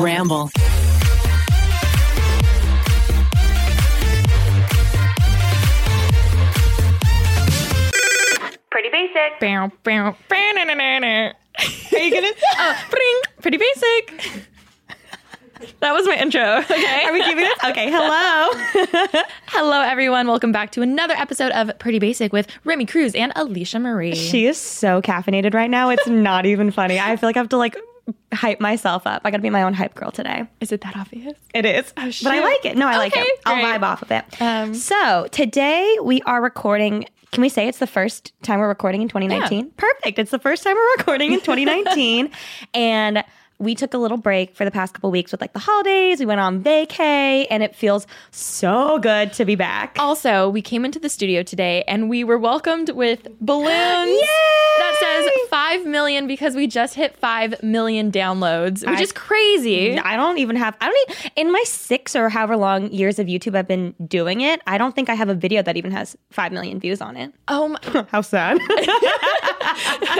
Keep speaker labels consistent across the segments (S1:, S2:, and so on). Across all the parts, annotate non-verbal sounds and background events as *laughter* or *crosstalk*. S1: Ramble.
S2: Pretty basic.
S3: Bow, bow, bow, na, na, na, na. *laughs* Are you gonna? oh, bring. Pretty basic. That was my intro. *laughs* Okay.
S4: Are we keeping this? Okay, hello.
S3: Hello, everyone. Welcome back to another episode of Pretty Basic with Remy Cruz and Alicia Marie.
S4: She is so caffeinated right now. It's not even funny. I feel like I have to like hype myself up. I gotta be my own hype girl today.
S3: is it that obvious?
S4: It is. but I
S3: shoot.
S4: like it. No, I like
S3: Okay,
S4: it. I'll
S3: great.
S4: vibe off of it. so today we are recording. Can we say it's the first time we're recording in 2019? Perfect. It's the first time we're recording in 2019. and we took a little break for the past couple weeks with like the holidays. We went on vacay and it feels so good to be back.
S3: Also, we came into the studio today and we were welcomed with balloons *gasps* that says 5 million because we just hit 5 million downloads, which
S4: I-
S3: is crazy. *laughs*
S4: I don't even have. I don't. e- in my six or however long years of YouTube I've been doing it, I don't think I have a video that even has five million views on
S3: *laughs*
S4: it.
S3: Oh, my,
S4: How *laughs* sad.
S3: *laughs*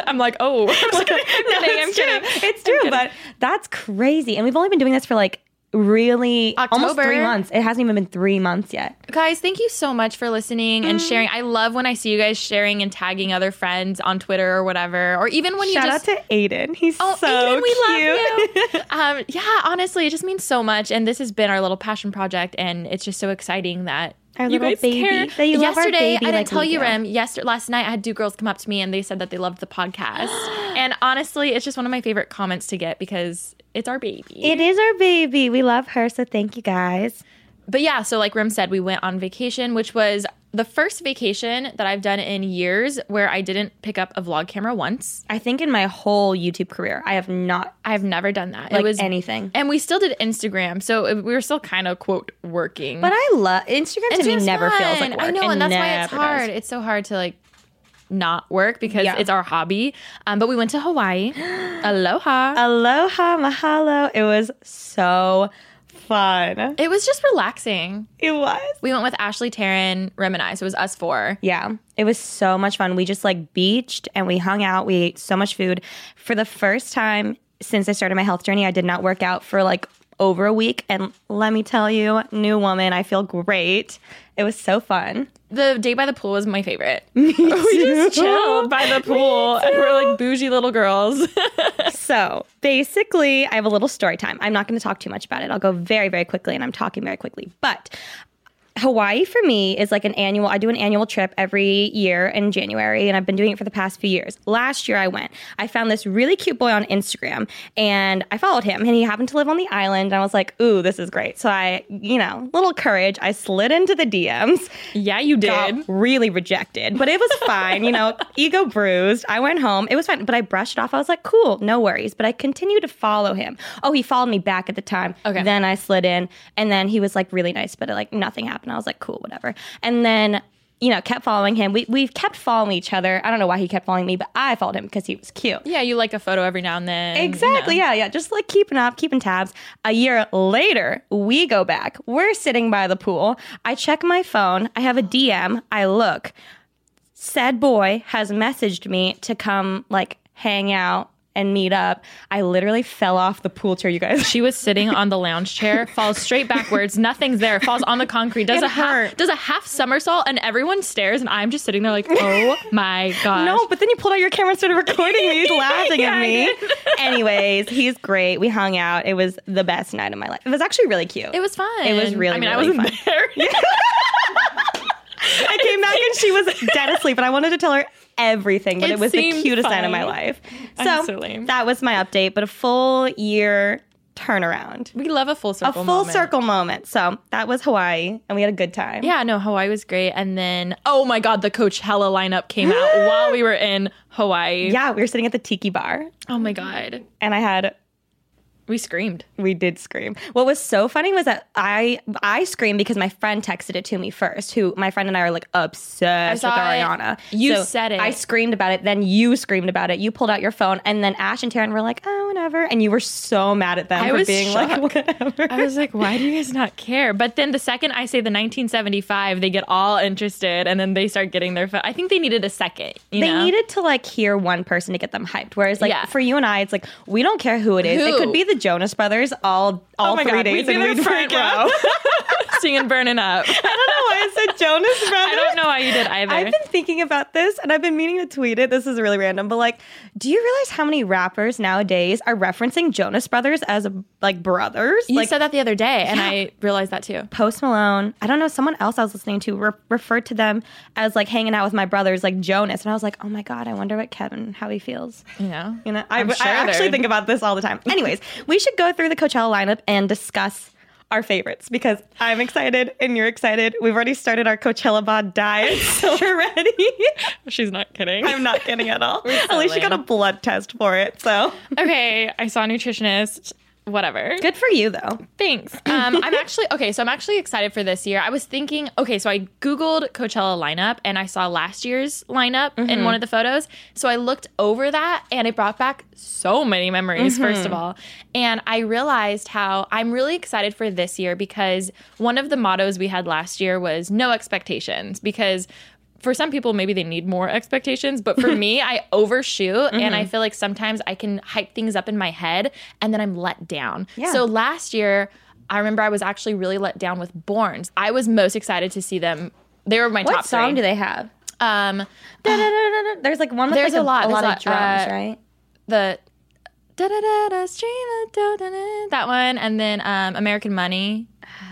S3: I'm *laughs* like, oh. I'm just kidding. I'm kidding. I'm
S4: it's
S3: kidding.
S4: True. It's true, but that's crazy. And we've only been doing this for like really almost
S3: October.
S4: three months. It hasn't even been three months yet.
S3: Guys, thank you so much for listening
S4: Mm.
S3: and sharing. I love when I see you guys sharing and tagging other friends on Twitter or whatever, or even when you just. Oh,
S4: to Aiden. He's
S3: Aiden, we love you. um, yeah, honestly, it just means so much, and this has been our little passion project, and it's just so exciting that
S4: Our
S3: you
S4: little
S3: guys
S4: baby.
S3: care.
S4: That you love our
S3: yesterday,
S4: baby
S3: I didn't
S4: like
S3: tell
S4: we
S3: you,
S4: do.
S3: Rim. Yesterday, last night, I had two girls come up to me, and they said that they
S4: *gasps*
S3: loved the podcast, and honestly, it's just one of my favorite comments to get because it's our baby.
S4: *laughs* it is our baby. We love her. So thank you guys.
S3: But yeah, so like Rim said, we went on vacation, which was the first vacation that I've done in years where I didn't pick up a vlog camera once.
S4: I think in my whole YouTube career, I have not
S3: I've never done that.
S4: like
S3: it was
S4: anything.
S3: and we still did Instagram, so it- we were still kind of quote working.
S4: But I love Instagram to me
S3: Instagram's
S4: never feels like
S3: fun.
S4: work.
S3: I know,
S4: It
S3: and that's why it's
S4: never does.
S3: hard. It's so hard to like not work because
S4: Yeah.
S3: it's our hobby. Um, but we went to
S4: *gasps*
S3: Hawaii. Aloha.
S4: Um, Aloha, mahalo. It was so fun.
S3: it was just relaxing.
S4: It was.
S3: We went with Ashley, Taryn, Rim, and I. So it was us four.
S4: Yeah, it was so much fun. We just like beached and we hung out. We ate so much food. For the first time since I started my health journey, I did not work out for like over a week. And let me tell you, new woman, I feel great. It was so fun.
S3: The day by the pool was my favorite. we Oh,
S4: *laughs*
S3: just chilled by the pool and we're like bougie little girls. *laughs*
S4: So basically, I have a little story time. I'm not going to talk too much about it. I'll go very, very quickly, and I'm talking very quickly. But Hawaii for me is like an annual, I do an annual trip every year in January, and I've been doing it for the past few years. Last year I went, I found this really cute boy on Instagram, and I followed him, and he happened to live on the island, and I was like, ooh, this is great. So I, you know, little courage, I slid into the DMs
S3: yeah, you did.
S4: got really rejected,
S3: *laughs*
S4: but it was fine. you know, ego bruised. I went home. It was fine, but I brushed it off. I was like, cool, no worries. But I continued to follow him. Oh, he followed me back at the time.
S3: Okay.
S4: Then I slid in, and then he was like really nice, but like nothing happened. I was like, cool, whatever. And then. You know, kept following him. We we kept following each other. I don't know why he kept following me, but I followed him because he was cute.
S3: Yeah, you like a photo every now and then. you know.
S4: Exactly. Yeah, yeah. Just like keeping up, keeping tabs. A year later, we go back. We're sitting by the pool. I check my phone. I have a DM. I look. Said boy has messaged me to come like hang out and meet up. I literally fell off the pool chair, you guys. *laughs*
S3: She was sitting on the lounge chair, falls straight backwards, nothing's there, falls on the concrete, does
S4: It
S3: a half
S4: hurt.
S3: does a half somersault, and everyone stares, and I'm just sitting there like,
S4: *laughs*
S3: oh my gosh.
S4: No, but then you pulled out your camera and started recording me,
S3: *laughs*
S4: laughing
S3: Yeah,
S4: at
S3: I
S4: me.
S3: *laughs*
S4: Anyways, he's great. We hung out. It was the best night of my life. It was actually really cute.
S3: It was fun.
S4: It was really,
S3: I mean, I
S4: really
S3: wasn't
S4: fun.
S3: there.
S4: I came back and she was dead asleep, and I wanted to tell her everything, but
S3: It
S4: it, was the
S3: seemed
S4: cutest night
S3: fine.
S4: of my life.
S3: I'm
S4: So,
S3: so lame.
S4: that was my update, but a full year turnaround,
S3: We love a full circle.
S4: a full
S3: moment.
S4: circle moment. So that was Hawaii, and we had a good time.
S3: Yeah, no, Hawaii was great. And then, oh my God, the Coachella lineup came
S4: *gasps*
S3: out while we were in Hawaii.
S4: yeah, we were sitting at the tiki bar,
S3: Oh my God.
S4: and I had
S3: We screamed.
S4: we did scream. What was so funny was that I I screamed because my friend texted it to me first. Who my friend and I are like obsessed
S3: I saw
S4: with
S3: it.
S4: Ariana.
S3: You said it.
S4: I screamed about it. Then you screamed about it. You pulled out your phone, and then Ash and Taryn were like, "Oh, whatever." And you were so mad at them
S3: I
S4: for
S3: was
S4: being like, *laughs*
S3: shocked.
S4: "Whatever."
S3: I was like, why do you guys not care? But then the second I say the 1975, they get all interested and then they start getting their phone. I think they needed a second. You
S4: They
S3: know? *laughs*
S4: needed to like hear one person to get them hyped. Whereas like
S3: Yeah.
S4: for you and I, it's like we don't care who it is. It
S3: Who? Oh
S4: could be the Jonas Brothers all all three days
S3: we'd
S4: and
S3: be
S4: we'd
S3: the
S4: freak
S3: front
S4: out.
S3: row. singing "Burning Up."
S4: I don't know why *laughs* I said Jonas
S3: *laughs*
S4: Brothers.
S3: I don't know why you did either.
S4: I've been thinking about this and I've been meaning to tweet it. This is really random, but like, do you realize how many rappers nowadays are referencing Jonas Brothers as like brothers?
S3: you
S4: like
S3: said that the other day, and I realized that too.
S4: Post Malone, I don't know, someone else I was listening to re- referred to them as like hanging out with my brothers, like Jonas. And I was like, oh my God, I wonder what Kevin, how he feels.
S3: You know,
S4: You know, I,
S3: I'm
S4: I
S3: sure
S4: actually
S3: they're-
S4: think about this all the
S3: *laughs*
S4: time. Anyways, we should go through the Coachella lineup and discuss our favorites because I'm excited and you're excited. We've already started our Coachella
S3: *laughs*
S4: bod diet, so we're ready.
S3: she's not *laughs* kidding.
S4: I'm not kidding at *laughs* all. At least she
S3: selling.
S4: got a blood test for it, so
S3: okay, I saw a nutritionist. Whatever.
S4: good for you though.
S3: Thanks. Um, I'm actually okay. So I'm actually excited for this year. I was thinking, okay, so I googled Coachella lineup and I saw last year's lineup in one of the photos. So I looked over that and it brought back so many memories. First of all, and I realized how I'm really excited for this year because one of the mottos we had last year was no expectations because. For some people, maybe they need more expectations, but
S4: *laughs*
S3: for me, I overshoot and
S4: Mm-hmm.
S3: I feel like sometimes I can hype things up in my head and then I'm let down.
S4: Yeah.
S3: So last year, I remember I was actually really let down with Borns. I was most excited to see them. They were my
S4: What
S3: top
S4: song
S3: three.
S4: do they have?
S3: um,
S4: Da-da-da-da-da. There's like one with
S3: There's
S4: like
S3: a lot,
S4: a
S3: there's
S4: lot
S3: a
S4: of
S3: lot.
S4: drums,
S3: Uh,
S4: right?
S3: the da da da da stream of do- da- da- that one, and then um, American Money.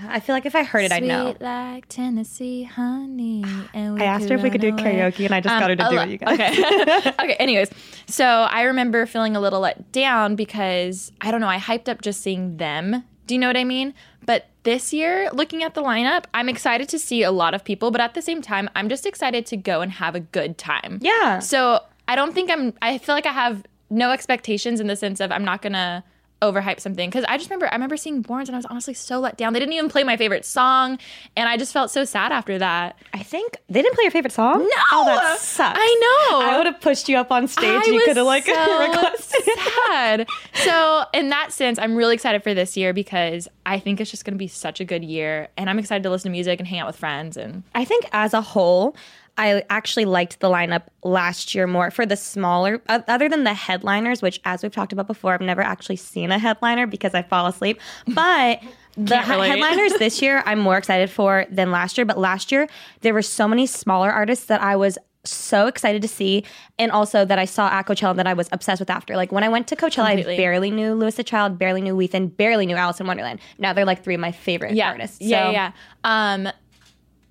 S4: I feel like if I heard it, I'd know.
S3: Sweet like Tennessee
S4: *sighs*
S3: honey. And we
S4: I asked her if we could do
S3: run away.
S4: karaoke, and I just got her to
S3: a
S4: do
S3: lo-
S4: it. You guys,
S3: Okay. *laughs* okay. Anyways, so I remember feeling a little let down because I don't know. I hyped up just seeing them. Do you know what I mean? But this year, looking at the lineup, I'm excited to see a lot of people, but at the same time, I'm just excited to go and have a good time.
S4: yeah.
S3: So I don't think I'm. I feel like I have no expectations in the sense of I'm not gonna overhype something because I just remember I remember seeing Borns and I was honestly so let down. They didn't even play my favorite song, and I just felt so sad after that.
S4: I think they didn't play your favorite song. No, oh, that sucks.
S3: I know.
S4: I would have pushed you up on stage.
S3: I
S4: you
S3: was
S4: could have like *laughs*
S3: so
S4: requested.
S3: sad. So in that sense, I'm really excited for this year because I think it's just gonna be such a good year, and I'm excited to listen to music and hang out with friends and
S4: I think as a whole, I actually liked the lineup last year more for the smaller, o- other than the headliners, which, as we've talked about before, I've never actually seen a headliner because I fall asleep. But the
S3: *laughs* Can't
S4: he-
S3: relate.
S4: headliners this year, I'm more excited for than last year. But last year, there were so many smaller artists that I was so excited to see, and also that I saw at Coachella that I was obsessed with after. Like when I went to Coachella,
S3: Completely.
S4: I barely knew Lewis the Child, barely knew Weathen, barely knew Alice in Wonderland. Now they're like three of my favorite
S3: yeah.
S4: artists.
S3: Yeah,
S4: So-
S3: yeah. yeah. Um,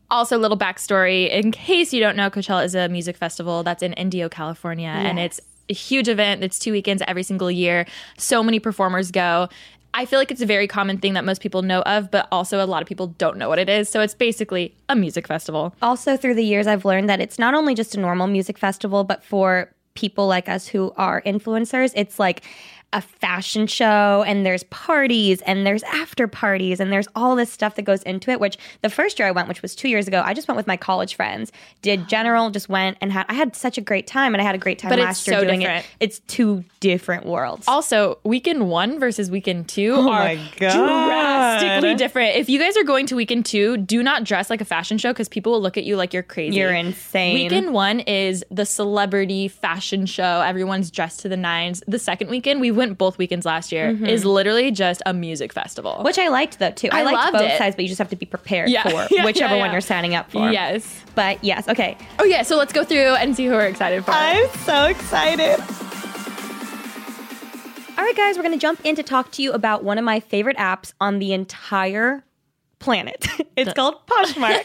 S3: also, little backstory in case you don't know, Coachella is a music festival that's in Indio, California, and it's a huge event. It's two weekends every single year. So many performers go. I feel like it's a very common thing that most people know of, but also a lot of people don't know what it is. So it's basically a music festival.
S4: also through the years i've learned that it's not only just a normal music festival but for people like us who are influencers it's like a fashion show and there's parties and there's after parties and there's all this stuff that goes into it which the first year i went which was 2 years ago i just went with my college friends
S3: *gasps*
S4: did general just went and had I had such a great time and I had a great time
S3: But it's
S4: last year
S3: so
S4: doing
S3: different.
S4: it it's two different worlds
S3: Also, weekend one versus weekend two are
S4: Oh my God.
S3: drastically different. If you guys are going to weekend two, do not dress like a fashion show because people will look at you like you're crazy.
S4: you're insane
S3: Weekend one is the celebrity fashion show. Everyone's dressed to the nines. The second weekend, we went both weekends last year,
S4: Mm-hmm.
S3: is literally just a music festival.
S4: which I liked though too. I,
S3: I
S4: liked
S3: loved
S4: both
S3: it.
S4: sides, but you just have to be prepared
S3: Yeah.
S4: for
S3: *laughs* Yeah,
S4: whichever
S3: yeah,
S4: one
S3: yeah.
S4: you're signing up for.
S3: Yes.
S4: But yes, okay.
S3: Oh, yeah. So let's go through and see who we're excited for.
S4: I'm so excited. All right, guys, we're going to jump in to talk to you about one of my favorite apps on the entire planet. *laughs* It's called *laughs* Poshmark.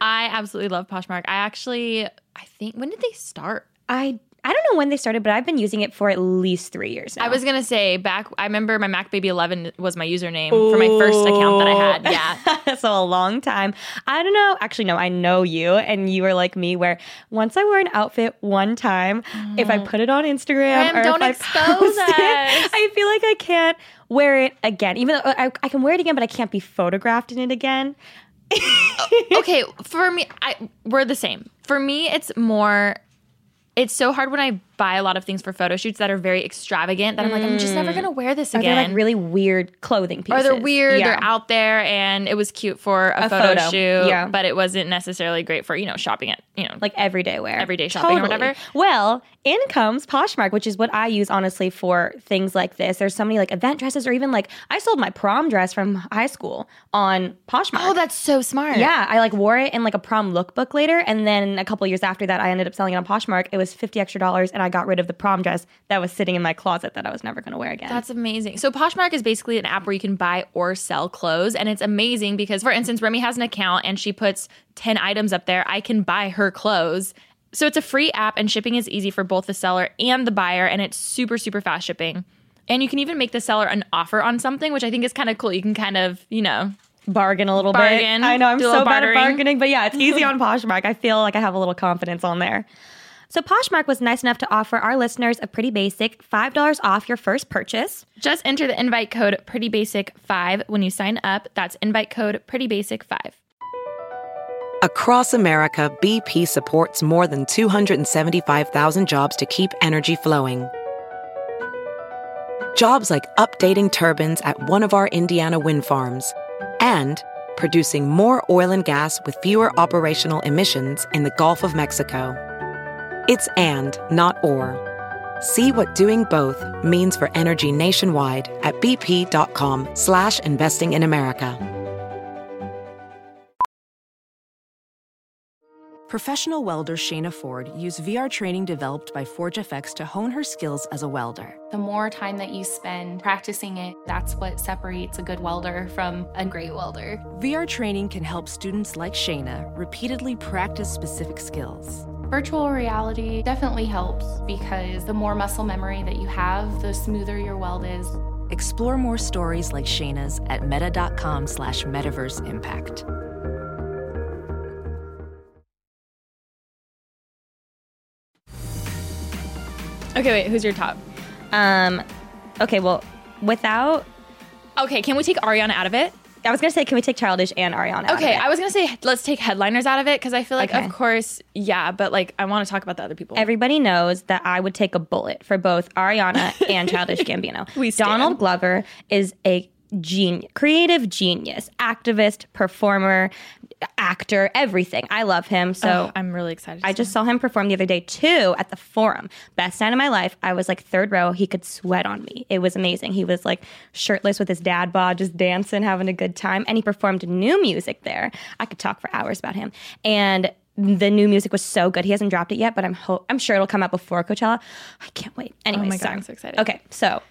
S3: I absolutely love Poshmark. I actually, I think, when did they start?
S4: I I don't know when they started, but I've been using it for at least three years now.
S3: I was gonna say back. I remember my Mac Baby 11 was my username for my first account that I had. Yeah,
S4: *laughs* so a long time. I don't know. Actually, no, I know you, and you are like me, where once I wear an outfit one time, if I put it on Instagram
S3: Graham,
S4: or
S3: Mm. don't
S4: if I
S3: expose
S4: post it,
S3: us.
S4: I feel like I can't wear it again. Even though I, I can wear it again, but I can't be photographed in it again.
S3: okay, for me, I, we're the same. For me, it's more. It's so hard when I buy a lot of things for photo shoots that are very extravagant that I'm like, I'm just never gonna wear this
S4: Or they're
S3: again.
S4: Mm. like really weird clothing
S3: or
S4: pieces.
S3: they're weird,
S4: Yeah.
S3: they're out there, and it was cute for a,
S4: A
S3: photo,
S4: photo,
S3: shoot,
S4: yeah.
S3: but it wasn't necessarily great for, you know, shopping at, you know,
S4: like everyday wear,
S3: Everyday shopping or whatever.
S4: Well, in comes Poshmark, which is what I use honestly for things like this. There's so many like event dresses, or even like I sold my prom dress from high school on Poshmark.
S3: oh, that's so smart.
S4: *laughs* yeah, I like wore it in like a prom lookbook later, and then a couple years after that, I ended up selling it on Poshmark. It was fifty extra dollars, and I got rid of the prom dress that was sitting in my closet that I was never going to wear again.
S3: That's amazing. So Poshmark is basically an app where you can buy or sell clothes, and it's amazing because, for instance, Remy has an account and she puts ten items up there. I can buy her clothes. So it's a free app, and shipping is easy for both the seller and the buyer, and it's super super fast shipping. And you can even make the seller an offer on something, which I think is kind of cool. You can kind of, you know,
S4: bargain a little
S3: Bargain.
S4: bit. I know I'm
S3: Do a
S4: so
S3: little
S4: bad at
S3: bartering.
S4: bargaining, but *laughs* yeah, it's easy on Poshmark. I feel like I have a little confidence on there. So Poshmark was nice enough to offer our listeners a pretty basic $5 off your first purchase.
S3: just enter the invite code Pretty Basic five when you sign up. That's invite code Pretty Basic five.
S1: Across America, BP supports more than 275,000 jobs to keep energy flowing. Jobs like updating turbines at one of our Indiana wind farms and producing more oil and gas with fewer operational emissions in the Gulf of Mexico. It's and, not or. See what doing both means for energy nationwide at bp.com slash investing in America.
S2: Professional welder Shayna Ford used VR training developed by ForgeFX to hone her skills as a welder.
S5: The more time that you spend practicing it, that's what separates a good welder from a great welder.
S2: VR training can help students like Shayna repeatedly practice specific skills.
S5: Virtual reality definitely helps because the more muscle memory that you have, the smoother your weld is.
S2: Explore more stories like Shayna's at meta.com slash metaverse impact.
S3: Okay, wait, who's your top?
S4: Um okay, well, without
S3: Okay, can we take Ariana out of it?
S4: I was going to say can we take Childish and Ariana?
S3: Okay,
S4: Out of it?
S3: I was gonna say let's take headliners out of it because I feel like,
S4: Okay.
S3: of course, yeah, but like I want to talk about the other people.
S4: Everybody knows that I would take a bullet for both
S3: *laughs*
S4: Ariana and Childish Gambino.
S3: We stand.
S4: Donald Glover is a genius, creative genius, activist, performer, actor, everything. I love him. So
S3: so Oh, I'm really excited.
S4: I just saw him perform the other day too at the Forum. Best night of my life. I was like third row. He could sweat on me. It was amazing. He was like shirtless with his dad bod, just dancing, having a good time. And he performed new music there. I could talk for hours about him. And the new music was so good. He hasn't dropped it yet, but I'm ho- I'm sure it'll come out before Coachella. I can't wait. Anyway,
S3: Oh my God,
S4: sorry.
S3: I'm so excited.
S4: Okay, so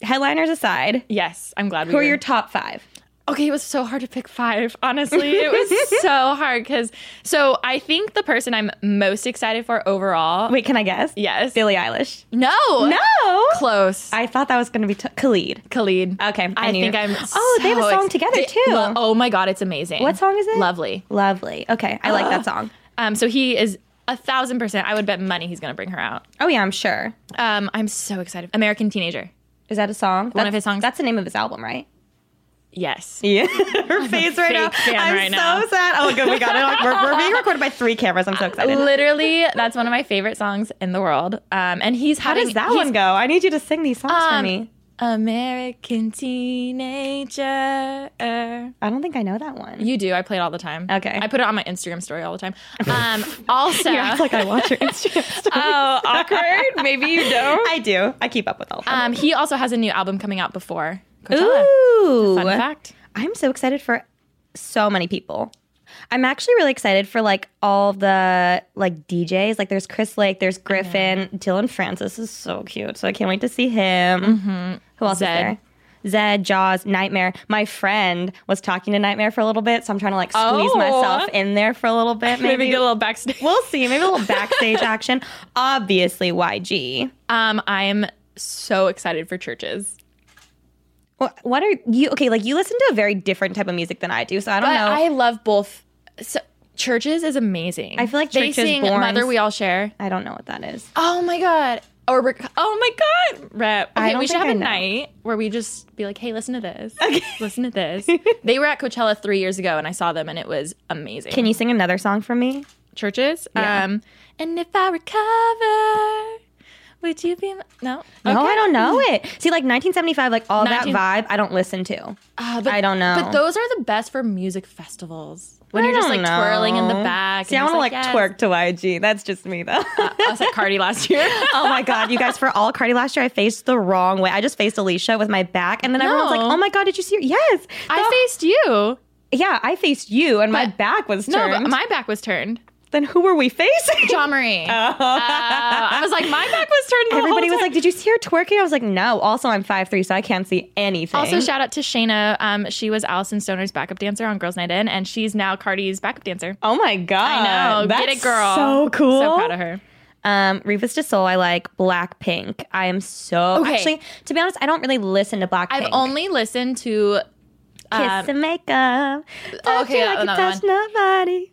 S4: headliners aside,
S3: yes, I'm glad.
S4: who
S3: we
S4: are
S3: were-
S4: your top five?
S3: Okay, it was so hard to pick five. Honestly, *laughs* it was so hard because so I think the person I'm most excited for overall.
S4: Wait, can I guess?
S3: yes,
S4: Billie Eilish.
S3: no,
S4: No,
S3: close.
S4: I thought that was going to be t- Khalid.
S3: Khalid.
S4: Okay,
S3: I,
S4: I knew.
S3: think I'm.
S4: Oh, they have a
S3: so
S4: song
S3: ex-
S4: together,
S3: They-
S4: too.
S3: Lo- oh my god, it's amazing.
S4: What song is it?
S3: Lovely.
S4: Lovely. Okay, I like
S3: *gasps*
S4: that song.
S3: Um, so he is a thousand percent. I would bet money he's gonna bring her out.
S4: Oh yeah, I'm sure.
S3: Um, I'm so excited. American Teenager.
S4: Is that a song?
S3: One of his songs?
S4: That's the name of his album, right?
S3: Yes.
S4: Yeah. *laughs* Her face right now.
S3: fake fan
S4: I'm
S3: right
S4: so
S3: now.
S4: sad. Oh good, we got it. on- We're, *laughs* we're being recorded by three cameras. I'm so excited.
S3: Literally, that's one of my favorite songs in the world. Um, and he's
S4: How
S3: having
S4: does that
S3: he's-
S4: one go? I need you to sing these songs for
S3: Um,
S4: me.
S3: American teenager.
S4: I don't think I know that one.
S3: You do. I play it all the time.
S4: Okay.
S3: I put it on my Instagram story all the *laughs* time. Um, *laughs* also,
S4: Yeah, *laughs* it's like I watch your Instagram stories.
S3: oh, awkward. Maybe you don't.
S4: I do. I keep up with all of them.
S3: Um, he also has a new album coming out before Coachella.
S4: Ooh.
S3: Fun fact.
S4: I'm so excited for so many people. I'm actually really excited for like all the like DJs. Like there's Chris Lake, there's Griffin, Dylan Francis is so cute. So I can't wait to see him. Who
S3: Mm-hmm. Zed.
S4: else is there? Zed, Jaws, Nightmare. My friend was talking to Nightmare for a little bit, so I'm trying to like squeeze
S3: Oh.
S4: myself in there for a little bit.
S3: *laughs*
S4: Maybe,
S3: Maybe, get a little backstage.
S4: we'll see. Maybe
S3: *laughs*
S4: a little backstage action. Obviously, YG.
S3: Um, I'm so excited for churches.
S4: Wha- What are you? Okay, like you listen to a very different type of music than I do, so I don't
S3: But
S4: know.
S3: I love both. So, churches is amazing.
S4: I feel like
S3: they
S4: Churches,
S3: sing
S4: Borns-
S3: "Mother We All Share."
S4: I don't know what that is.
S3: Oh my god! Or rec- oh my god! Rep.
S4: I
S3: Okay,
S4: don't
S3: we should
S4: think
S3: have
S4: I
S3: a
S4: know.
S3: night where we just be like, "Hey, listen to this. *laughs* Listen to this." they were at Coachella three years ago, and I saw them, and it was amazing.
S4: Can you sing another song for me?
S3: Um, churches?
S4: Yeah.
S3: Um, and if I recover, Would you be? m- No.
S4: No,
S3: Okay.
S4: I don't know it. See, like 1975, like all
S3: Nineteen-
S4: that vibe, I don't listen to.
S3: Ah, but-
S4: I don't know.
S3: But those are the best for music festivals when
S4: I
S3: you're just
S4: don't
S3: like twirling in the
S4: know.
S3: back.
S4: See, I
S3: and
S4: want to
S3: you're
S4: like,
S3: just Oh.
S4: twerk to YG. That's just
S3: *laughs*
S4: me though.
S3: yes. I was at Cardi last year.
S4: oh my god, you guys! For all Cardi last year, I faced the wrong way. I just faced Alicia with my back, and then everyone's like,
S3: No.
S4: "Oh my god, did you see her?" Yes,
S3: *laughs* I
S4: The-
S3: faced
S4: *laughs*
S3: you.
S4: Yeah, I faced you, and my
S3: But-
S4: back was
S3: No,
S4: turned.
S3: but my back was turned.
S4: then who were we facing? *laughs*
S3: John Marie. Oh. Uh, I was like, my back was turned. The
S4: Everybody
S3: whole
S4: was
S3: time.
S4: like, "Did you see her twerking?" I was like, "No." Also, I'm 5'3", so I can't see anything.
S3: Also, shout out to Shayna. Um, she was Allison Stoner's backup dancer on Girls Night In, and she's now Cardi's backup dancer.
S4: oh my
S3: I
S4: god,
S3: know.
S4: That's
S3: Get it, girl.
S4: So cool.
S3: So proud of her.
S4: Um, Rivas de Sol, I like Blackpink. I am so
S3: Okay.
S4: actually, to be honest, I don't really listen to Blackpink.
S3: I've only listened to.
S4: kiss
S3: um,
S4: and make up. Don't
S3: okay, uh, that-
S4: you like you
S3: that
S4: touch nobody.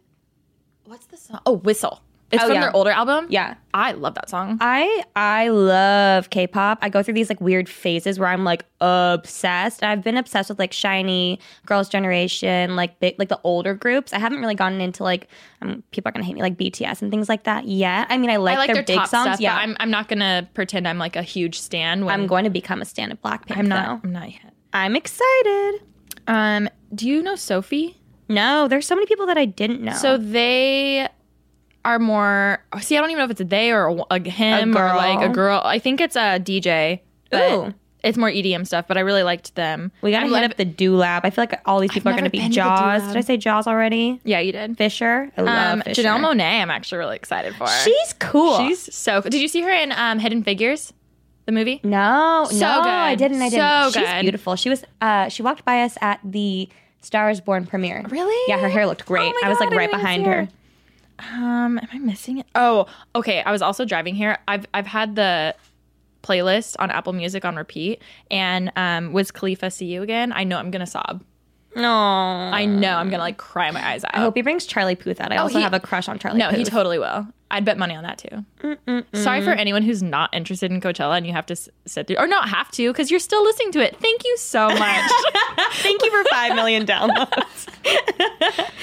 S3: What's the song? Oh, Whistle. It's
S4: Oh,
S3: from
S4: yeah.
S3: their older album.
S4: Yeah.
S3: I love that song.
S4: I I love K-pop. I go through these like weird phases where I'm like obsessed. And I've been obsessed with like Shiny, Girls Generation, like big, like the older groups. I haven't really gotten into like um, people are gonna hate me like BTS and things like that yet. I mean, I like,
S3: I like
S4: their,
S3: their,
S4: big
S3: top
S4: songs.
S3: stuff.
S4: yeah,
S3: but I'm I'm not gonna pretend I'm like a huge stan. When
S4: I'm going to become a stand-up Blackpink.
S3: I'm not.
S4: though.
S3: I'm not yet.
S4: I'm excited.
S3: Um, do you know Sophie?
S4: No, there's so many people that I didn't know.
S3: So they are more. oh, See, I don't even know if it's a they or a, a him
S4: A
S3: or like
S4: girl.
S3: a girl. I think it's a DJ. But
S4: Ooh.
S3: It's more EDM stuff, but I really liked them.
S4: we gotta
S3: I'm
S4: hit
S3: like-
S4: up the Do Lab. I feel like all these people are
S3: never
S4: gonna be
S3: been to the
S4: Jaws.
S3: Doo
S4: Did
S3: Lab.
S4: I say Jaws already?
S3: Yeah, you did.
S4: Fisher. I love
S3: Um,
S4: Fisher.
S3: Janelle Monet, I'm actually really excited for.
S4: She's cool.
S3: she's so. Did you see her in um, Hidden Figures, the movie?
S4: No,
S3: So
S4: no,
S3: good.
S4: I didn't. I didn't.
S3: So
S4: She's
S3: good.
S4: beautiful. She was. Uh, she walked by us at the Star Is Born premiere.
S3: Really?
S4: Yeah, her hair looked great.
S3: Oh my
S4: I was
S3: God,
S4: like
S3: I
S4: right
S3: didn't
S4: behind
S3: see
S4: her.
S3: Um, am I missing it? Oh, okay. I was also driving here. I've I've had the playlist on Apple Music on repeat, and um, was Khalifa "See You Again"? I know I'm gonna sob.
S4: No.
S3: I know I'm gonna like cry my eyes out.
S4: I hope he brings Charlie Puth out. I also
S3: Oh, he-
S4: have a crush on Charlie.
S3: no, he
S4: Puth.
S3: *laughs* totally will. I'd bet money on that too. Sorry for anyone who's not interested in Coachella and you have to s- sit through, or not have to, because you're still listening to it. Thank you
S4: *laughs*
S3: so much.
S4: Thank you for five million downloads.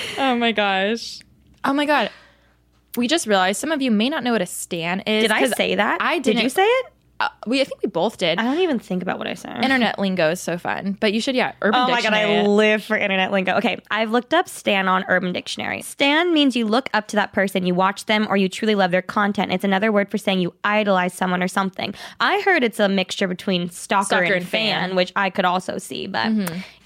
S3: *laughs* oh my gosh. Oh my god. We just realized some of you may not know what a stan is.
S4: Did I
S3: 'cause
S4: say that?
S3: I
S4: Did you
S3: didn't-
S4: say it?
S3: uh, we I think we both did.
S4: I don't even think about what I said.
S3: Internet lingo is so fun, but you should yeah. Urban
S4: Oh my god,
S3: Dictionary.
S4: I
S3: it.
S4: live for internet lingo. Okay, I've looked up Stan on Urban Dictionary. Stan means you look up to that person, you watch them, or you truly love their content. It's another word for saying you idolize someone or something. I heard it's a mixture between stalker,
S3: Stalker
S4: and,
S3: and
S4: fan,
S3: fan. Mm-hmm.
S4: which I could also see, but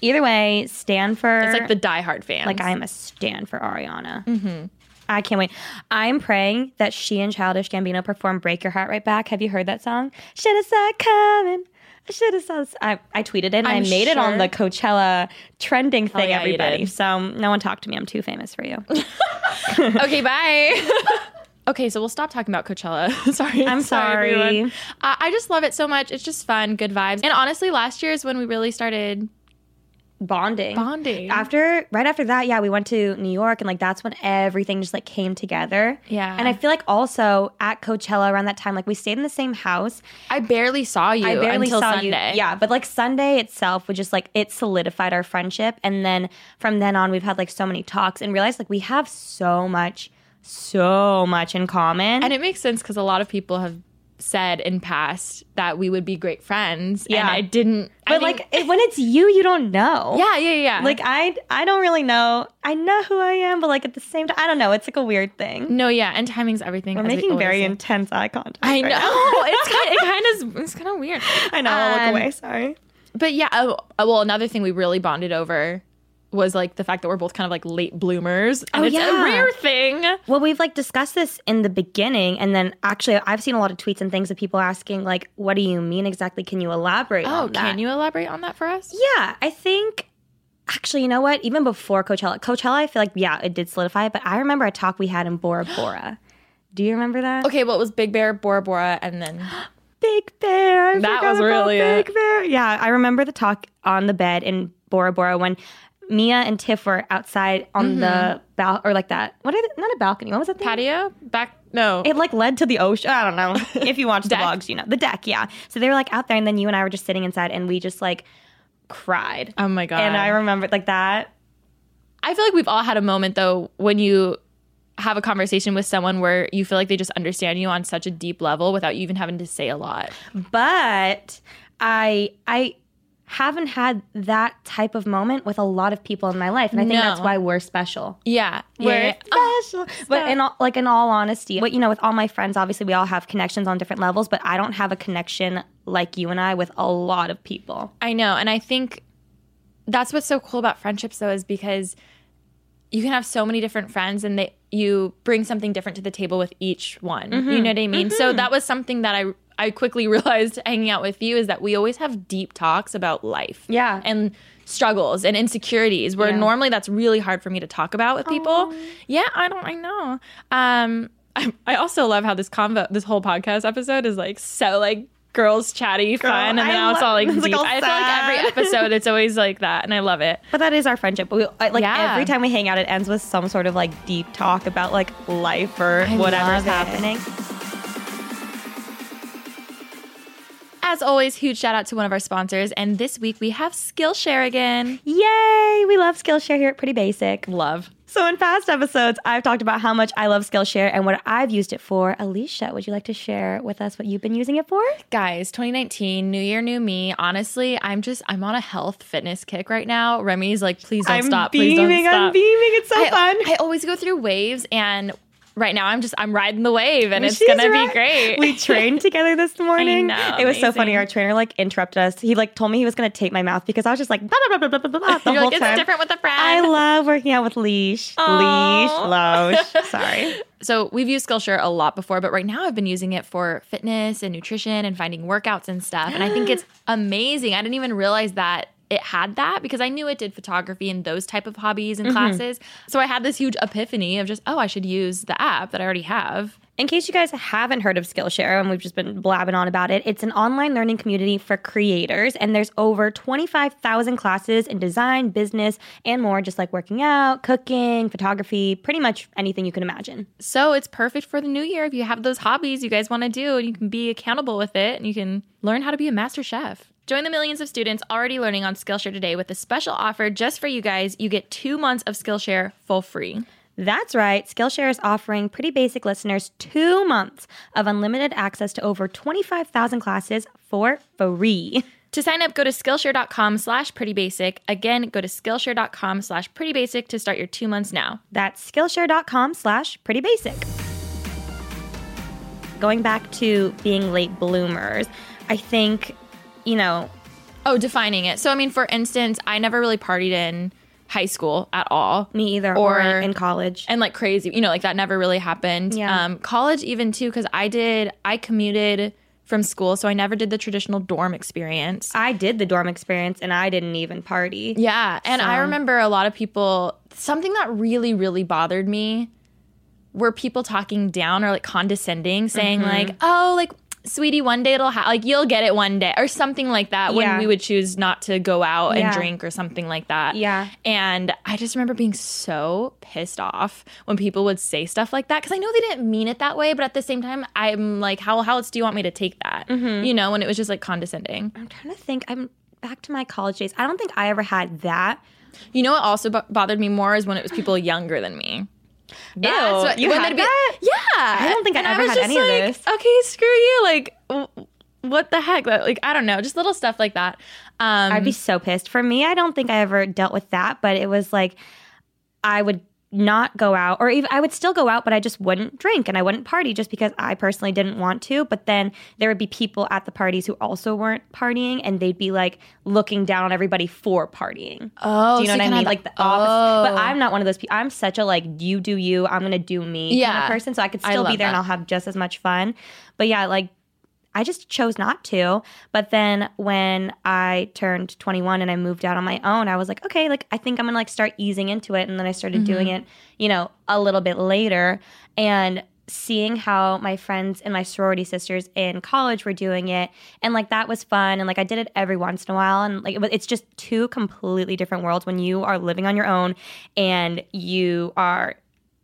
S4: either way, Stan for
S3: It's like the diehard fans.
S4: like I am a Stan for Ariana. I can't wait. I'm praying that she and Childish Gambino perform "Break Your Heart Right Back." Have you heard that song? Should have saw it coming. I should have saw. This. I, I tweeted it and i
S3: I'm
S4: made it on
S3: sure-
S4: the Coachella trending thing.
S3: yeah, you
S4: everybody,
S3: did.
S4: so no one talked to me. I'm too famous for you.
S3: okay, bye. *laughs* okay, so we'll stop talking about Coachella. *laughs* sorry,
S4: I'm sorry.
S3: everyone. I, I just love it so much. It's just fun, good vibes. And honestly, last year is when we really started
S4: *laughs* Bonding.
S3: bonding.
S4: After right after that, yeah, we went to New York and like that's when everything just like came together.
S3: Yeah.
S4: And I feel like also at Coachella around that time, like we stayed in the same house
S3: I barely saw you
S4: I barely
S3: until
S4: saw
S3: Sunday.
S4: you. Yeah, but like Sunday itself was just like it solidified our friendship, and then from then on we've had like so many talks and realized like we have so much, so much in common.
S3: and it makes sense because a lot of people have said in past that we would be great friends.
S4: Yeah.
S3: and I didn't. I
S4: but
S3: think-
S4: like it, when it's you, you don't know.
S3: yeah, yeah, yeah.
S4: Like I, I don't really know. I know who I am, but like at the same time, I don't know. It's like a weird thing.
S3: no, yeah, and timing's everything.
S4: We're
S3: Mm, as we
S4: making
S3: always
S4: very
S3: say.
S4: intense eye contact.
S3: I
S4: right
S3: know
S4: now. *laughs*
S3: it's kind. It kind of. It's kind of weird.
S4: I know. I'll
S3: Um,
S4: look away. Sorry.
S3: But yeah, oh, oh, well, another thing we really bonded over was like the fact that we're both kind of like late bloomers, and
S4: Oh,
S3: it's
S4: yeah.
S3: a rare thing.
S4: Well, we've like discussed this in the beginning, and then actually, I've seen a lot of tweets and things of people asking, like, "What do you mean exactly? Can you elaborate?"
S3: Oh,
S4: on that?
S3: can you elaborate on that for us?
S4: Yeah, I think actually, you know what? Even before Coachella, Coachella, I feel like yeah, it did solidify it. But I remember a talk we had in Bora Bora. Do you remember that?
S3: Okay, well, it was Big Bear, Bora Bora, and then *gasps*
S4: Big Bear. I
S3: That
S4: forgot
S3: was
S4: about
S3: really it.
S4: Big Bear. Yeah, I remember the talk on the bed in Bora Bora when Mia and Tiff were outside on the bal or like that. What are they, not a balcony? What was that thing?
S3: Mm-hmm. patio back. No,
S4: It like led to the ocean. I
S3: *laughs*
S4: don't know. If you watch the
S3: Deck?
S4: vlogs, you know the deck. Yeah. So they were like out there, and then you and I were just sitting inside, and we just like cried.
S3: oh my god.
S4: and I remember like that.
S3: I feel like we've all had a moment though when you have a conversation with someone where you feel like they just understand you on such a deep level without you even having to say a lot.
S4: but I I haven't had that type of moment with a lot of people in my life, and I think that's
S3: No.
S4: why we're special.
S3: Yeah.
S4: We're
S3: Where "Ah,
S4: special, but in all, like in all honesty, but you know, with all my friends, obviously we all have connections on different levels, but I don't have a connection like you and I with a lot of people.
S3: I know. And I think that's what's so cool about friendships though is because you can have so many different friends and they you bring something different to the table with each one. You know what I mean? So that was something that I I quickly *laughs* realized hanging out with you is that we always have deep talks about life.
S4: Yeah.
S3: And struggles and insecurities where normally that's really hard for me to talk about with people. Yeah, I don't I know. Um *laughs* I, I also love how this convo this whole podcast episode is like so like girls chatty fun and then
S4: I
S3: now it's
S4: love-
S3: all like
S4: it's,
S3: deep.
S4: like, all
S3: I feel like every *laughs*
S4: sad.
S3: episode it's always like that and I love it.
S4: But that is our friendship. We I- like
S3: Yeah.
S4: every time we hang out, it ends with some sort of like deep talk about like life or whatever's
S3: love it.
S4: happening.
S3: As always, huge shout out to one of our sponsors and this week we have Skillshare again.
S4: Yay! We love Skillshare here at Pretty Basic.
S3: Love.
S4: So in past episodes, I've talked about how much I love Skillshare and what I've used it for. Alicia, would you like to share with us what you've been using it for?
S3: Guys, 2019, new year, new me. Honestly, I'm just I'm on a health fitness kick right now. Remy's like, please don't
S4: I'm
S3: stop.
S4: beaming.
S3: please don't stop.
S4: I'm beaming. It's so
S3: I,
S4: fun.
S3: I always go through waves and right now I'm just I'm riding the wave and it's
S4: She's
S3: gonna
S4: right.
S3: be great.
S4: We
S3: *laughs*
S4: trained together this morning.
S3: know,
S4: it was so
S3: amazing.
S4: funny. Our trainer like interrupted us. He like told me he was going to tape my mouth because I was just like blah, blah, blah, blah, blah, blah, blah, the
S3: You're
S4: whole
S3: like, it's
S4: time.
S3: different with a friend.
S4: I love working out with leash,
S3: *laughs*
S4: leash, loge. Sorry.
S3: So we've used Skillshare a lot before, but right now I've been using it for fitness and nutrition and finding workouts and stuff. And I think it's amazing. I didn't even realize that it had that because I knew it did photography and those type of hobbies and classes. So I had this huge epiphany of just, oh, I should use the app that I already have.
S4: In case you guys haven't heard of Skillshare, and we've just been blabbing on about it, it's an online learning community for creators, and there's over 25,000 classes in design, business, and more, just like working out, cooking, photography, pretty much anything you can imagine.
S3: So it's perfect for the new year if you have those hobbies you guys want to do and you can be accountable with it and you can learn how to be a master chef. Join the millions of students already learning on Skillshare today with a special offer just for you guys. You get two months of Skillshare full free.
S4: That's right, Skillshare is offering pretty basic listeners two months of unlimited access to over 25,000 classes for free.
S3: To sign up, go to Skillshare.com slash pretty basic. Again, go to Skillshare.com slash pretty basic to start your two months now.
S4: That's Skillshare.com slash pretty basic. Going back to being late bloomers, I think, you know,
S3: Oh, defining it. So, I mean, for instance, I never really partied in high school at all.
S4: me either or,
S3: Or-
S4: in college.
S3: And like crazy, you know, like that never really happened.
S4: Yeah.
S3: Um, college, even too, because I did, I commuted from school, so I never did the traditional dorm experience.
S4: I did the dorm experience and I didn't even party.
S3: Yeah. And I remember a lot of people, something that really, really bothered me were people talking down or like condescending, saying,
S4: Mm-hmm.
S3: like, oh, like, sweetie, one day it'll ha- like, you'll get it one day or something like that
S4: Yeah.
S3: when we would choose not to go out and
S4: Yeah.
S3: drink or something like that.
S4: Yeah.
S3: And I just remember being so pissed off when people would say stuff like that because I know they didn't mean it that way, but at the same time, I'm like, how, how else do you want me to take that?
S4: Mm-hmm.
S3: You know, when it was just like condescending.
S4: I'm trying to think. I'm back to my college days. I don't think I ever had that.
S3: You know what also bo- bothered me more is when it was people younger than me. That's what-
S4: you
S3: when
S4: had
S3: they'd be-
S4: that?
S3: Yeah,
S4: I don't think I
S3: and
S4: ever
S3: was
S4: had
S3: just
S4: any of
S3: like,
S4: this.
S3: Okay, screw you. Like, w- what the heck? That- Like, I don't know. Just little stuff like that. Um,
S4: I'd be so pissed. For me, I don't think I ever dealt with that, but it was like I would not go out or even I would still go out, but I just wouldn't drink and I wouldn't party just because I personally didn't want to. But then there would be people at the parties who also weren't partying and they'd be like looking down on everybody for partying.
S3: oh,
S4: do you know
S3: so
S4: what I
S3: kinda
S4: mean?
S3: the-
S4: Like the opposite.
S3: oh.
S4: But I'm not one of those people. I'm such a like you do you, I'm gonna do me kind
S3: Yeah.
S4: of person. So I could
S3: I
S4: still be
S3: love
S4: there and
S3: that.
S4: I'll have just as much fun. But yeah, like I just chose not to. But then when I turned 21 and I moved out on my own, I was like, okay, like I think I'm gonna like start easing into it. And then I started doing it, you know, a little bit later and seeing how my friends and my sorority sisters in college were doing it and like that was fun and like I did it every once in a while and like it was, it's just two completely different worlds when you are living on your own and you are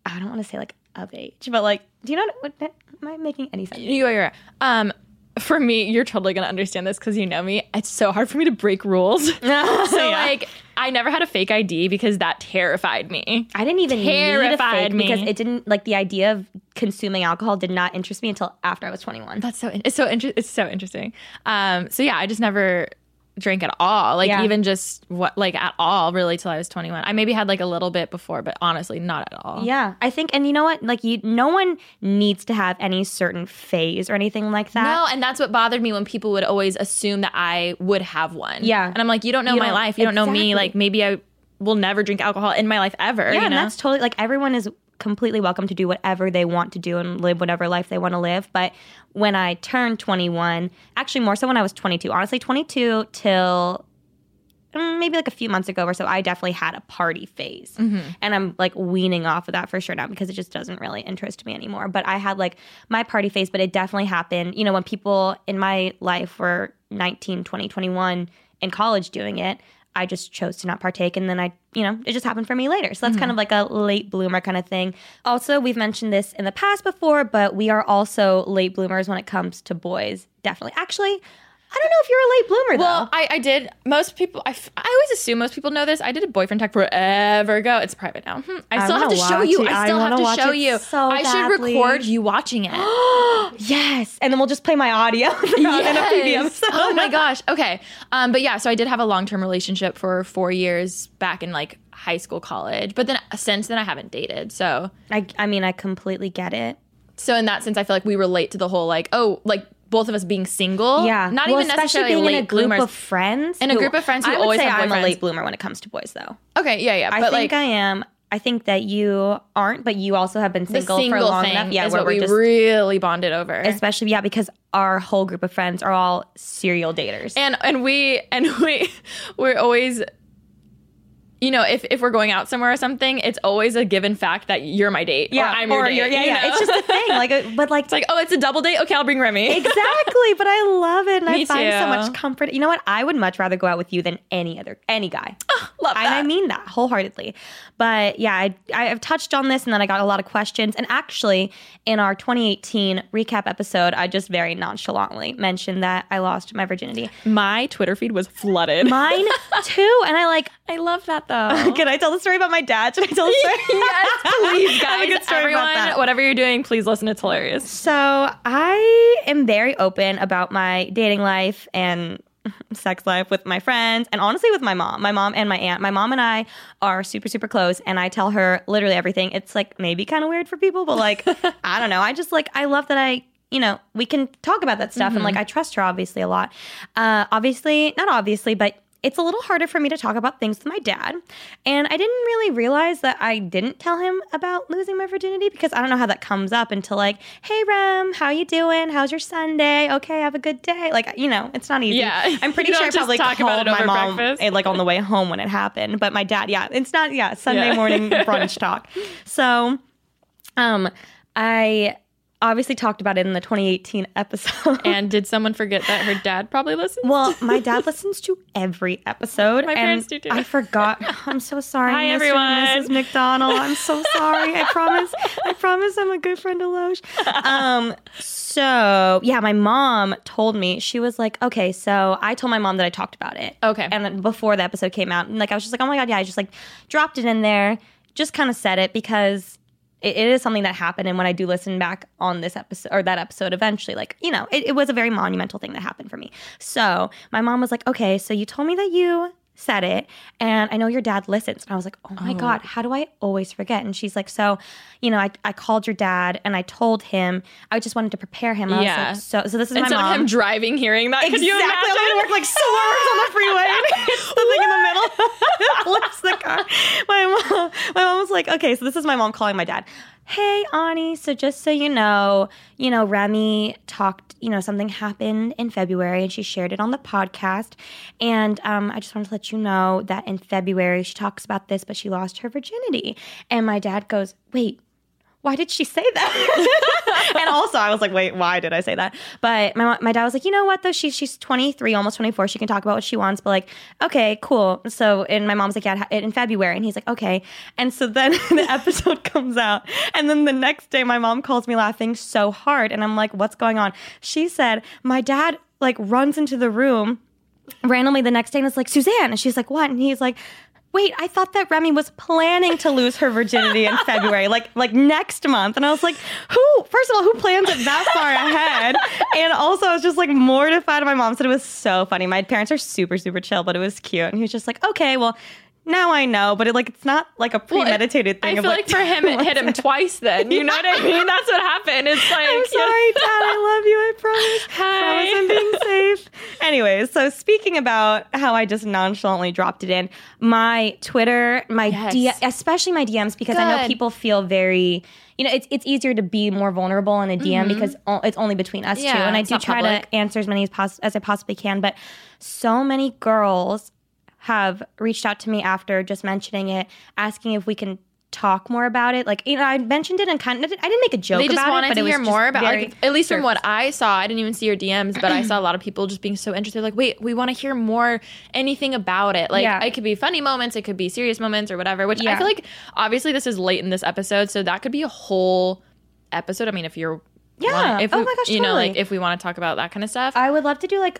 S4: I don't want to say like of age but like do you know what, what am I making any sense
S3: You are. you're- Um, for *laughs*
S4: *laughs*
S3: me, you're totally gonna understand this because you know me. It's *laughs* so hard for me to break rules. so like, I never had a fake ID because that terrified me.
S4: I didn't even
S3: Terrified
S4: need a fake
S3: me.
S4: because it didn't like the idea of consuming alcohol did not interest me until after I was 21.
S3: That's so it's so inter- it's so interesting. Um, so yeah, I just never drank at all. Like
S4: Yeah.
S3: even just what like at all really till I was 21. I maybe had like a little bit before, but honestly not at all.
S4: yeah, I think, and you know what? Like, you, no one needs to have any certain phase or anything like that.
S3: No, and that's what bothered me when people would always assume that I would have one.
S4: Yeah.
S3: And I'm like, you don't know
S4: You
S3: my
S4: don't-
S3: life. You don't know me.
S4: Exactly.
S3: Like maybe I will never drink alcohol in my life ever.
S4: Yeah,
S3: you
S4: and
S3: know?
S4: that's totally like everyone is completely welcome to do whatever they want to do and live whatever life they want to live. But when I turned 21, actually more so when I was 22, honestly 22 till mm, maybe like a few months ago or so, I definitely had a party phase. And I'm like weaning off of that for sure now because it just doesn't really interest me anymore. But I had like my party phase, but it definitely happened, you know, when people in my life were 19, 20, 21 in college doing it. I just chose to not partake. And then I, you know, it just happened for me later. So that's kind of like a late bloomer kind of thing. Also, we've mentioned this in the past before, but we are also late bloomers when it comes to boys. Definitely. Actually, I don't know if you're a late bloomer
S3: Well,
S4: though.
S3: I, I did. Most people, I, f- I always assume most people know this. I did a boyfriend tag forever ago. It's private now. Hmm. I still have to
S4: wanna
S3: show
S4: watch
S3: you.
S4: it.
S3: I
S4: I
S3: still
S4: wanna
S3: have
S4: watch
S3: to show
S4: it
S3: you.
S4: so
S3: I should
S4: badly.
S3: record you watching
S4: *gasps*
S3: it. *gasps*
S4: yes. And then we'll just play my audio *laughs* from in a previous
S3: Yes.
S4: episode.
S3: *laughs* Oh my gosh. Okay. Um, but yeah, so I did have a long term relationship for four years back in like high school, college. But then uh, since then, I haven't dated. So,
S4: *laughs* I, I mean, I completely get it.
S3: so in that sense, I feel like we relate to the whole like, oh, like both of us being single.
S4: Yeah.
S3: Not
S4: Well,
S3: even
S4: especially
S3: necessarily
S4: being
S3: late
S4: in a group
S3: bloomers.
S4: of friends.
S3: In a group of friends who
S4: I would
S3: always
S4: say
S3: have
S4: I'm a
S3: boyfriends.
S4: late bloomer when it comes to boys though.
S3: okay. Yeah. Yeah.
S4: I
S3: but
S4: think
S3: like,
S4: I am. I think that you aren't, but you also have been
S3: the
S4: single,
S3: single,
S4: for long
S3: thing
S4: enough. Yeah,
S3: is
S4: where
S3: what
S4: we're
S3: we
S4: just
S3: really bonded over.
S4: especially yeah because our whole group of friends are all serial daters
S3: and and we and *laughs* we we're always you know if if we're going out somewhere or something it's always a given fact that you're my date yeah i'm your date,
S4: you're- yeah
S3: you
S4: yeah
S3: know?
S4: it's just a
S3: *laughs*
S4: thing like uh, but like
S3: it's like oh it's a double date okay i'll bring remy
S4: exactly but i love it and i
S3: Me
S4: find so
S3: too.
S4: much comfort you know what i would much rather go out with you than any other any guy
S3: love
S4: and I
S3: that
S4: mean that wholeheartedly. But yeah, I, I've touched on this and then I got a lot of questions. And actually, in our 2018 recap episode, I just very nonchalantly mentioned that I lost my virginity.
S3: *laughs* *laughs* my twitter feed was flooded
S4: Mine too. And I like,
S3: i love that though
S4: *laughs* can I tell the story about my dad? Should I tell the story?
S3: *laughs* yes please *laughs* guys
S4: *laughs* I have a good story
S3: everyone
S4: about that.
S3: whatever you're doing please listen it's hilarious *laughs*
S4: So I am very open about my dating life and *laughs* sex life with my friends and honestly with my mom. My mom and my aunt. My mom and I are super, super close and I tell her literally everything. It's like maybe kind of weird for people, but like I don't know. I just like I love that I you know, we can talk about that stuff and
S3: Mm-hmm.
S4: like I trust her obviously a lot. Uh obviously, not obviously, but it's a little harder for me to talk about things with my dad. And I didn't really realize that I didn't tell him about losing my virginity because I don't know how that comes up until like, hey Rem, how you doing? How's your Sunday? Okay, have a good day. Like, you know, it's not easy.
S3: Yeah. *laughs*
S4: I'm pretty
S3: You
S4: sure
S3: don't
S4: I
S3: just
S4: probably
S3: talk about
S4: called
S3: it
S4: my
S3: over
S4: mom
S3: breakfast.
S4: eh, like on
S3: *laughs*
S4: the way home when it happened. But my dad, yeah, it's not yeah, Sunday
S3: Yeah. *laughs*
S4: morning brunch talk. So um I obviously talked about it in the 2018 episode. *laughs*
S3: and did someone forget that her dad probably listened
S4: Well, my dad listens to every episode.
S3: My
S4: and
S3: parents do too.
S4: I *laughs* forgot. I'm so sorry.
S3: Hi,
S4: Mr.
S3: everyone.
S4: And Mrs. McDonald. I'm so sorry. I promise. I promise I'm a good friend to Loesch. Um, so, yeah, my mom told me, she was like, okay, so I told my mom that I talked about it.
S3: Okay.
S4: And then before the episode came out, and like, I was just like, oh my God, yeah, I just like dropped it in there, just kind of said it because it, it is something that happened. And when I do listen back on this episode or that episode eventually, like, you know, it, it was a very monumental thing that happened for me. So my mom was like, okay, so you told me that you said it and I know your dad listens. And I was like, oh my God, how do I always forget? And she's like, so, you know, I, I called your dad and I told him, I just wanted to prepare him. I
S3: Yeah.
S4: was like, so, so this is
S3: instead
S4: my mom.
S3: of him driving hearing that could you
S4: Exactly.
S3: imagine
S4: I'm gonna work like so hours
S3: *laughs*
S4: on the freeway. *laughs* and It's the thing in the middle. *laughs* that Flips the car. My mom, my mom was like, okay, so this is my mom calling my dad. Hey, Ani. So just so you know, you know, Remy talked. You know, something happened in February, and she shared it on the podcast. And um, I just wanted to let you know that in February she talks about this, but she lost her virginity. And my dad goes, wait why did she say that? *laughs* and also, I was like, wait, why did I say that? But my, my dad was like, you know what, though? She, she's 23, almost 24. She can talk about what she wants, but like, okay, cool. So, and my mom's like, yeah, it ha- it in February. And he's like, okay. And so then *laughs* the episode comes out. And then the next day, my mom calls me laughing so hard. And I'm like, what's going on? She said, my dad like runs into the room randomly the next day and it's like, Suzanne. And she's like, what? And he's like, wait, I thought that Remy was planning to lose her virginity in February, like like next month. And I was like, who? First of all, who plans it that far ahead? And also, I was just like mortified. My mom said it was so funny. My parents are super super chill, but it was cute. And he was just like, okay, well. Now I know, but it, like it's not like a
S3: Well, it-
S4: premeditated
S3: I
S4: thing.
S3: feel
S4: of,
S3: like, for him, it hit *laughs* him twice. Then you know what I mean. That's what happened. *laughs* It's like
S4: I'm sorry, Dad. I love you. I promise.
S3: *laughs* Hi.
S4: Promise I'm being safe. Anyways, so speaking about how I just nonchalantly dropped it in, my Twitter, my
S3: Yes.
S4: D- especially my DMs, because I know
S3: Good.
S4: people feel very, you know, it's it's easier to be more vulnerable in a DM because o- it's only between us two,
S3: Mm-hmm. Yeah,
S4: and I
S3: it's
S4: do
S3: not
S4: try
S3: public.
S4: to answer as many as, poss- as I possibly can. But so many girls have reached out to me after just mentioning it, asking if we can talk more about it. Like, you know, I mentioned it and kind of, I didn't make a joke
S3: they just
S4: about it,
S3: wanted
S4: but
S3: to
S4: it was
S3: hear
S4: just
S3: more about
S4: very
S3: like at least from
S4: surface.
S3: what I saw. I didn't even see your DMs, but I saw a lot of people just being so interested. Like, wait, we want to hear more anything about it. Like,
S4: Yeah.
S3: it could be funny moments, it could be serious moments or whatever. Which
S4: Yeah.
S3: I feel like obviously this is late in this episode, so that could be a whole episode. I mean, if you're
S4: Yeah.
S3: wanna- if
S4: Oh
S3: we-
S4: my gosh,
S3: you know, like
S4: totally. Oh
S3: if we want to talk about that kind of stuff.
S4: I would love to do like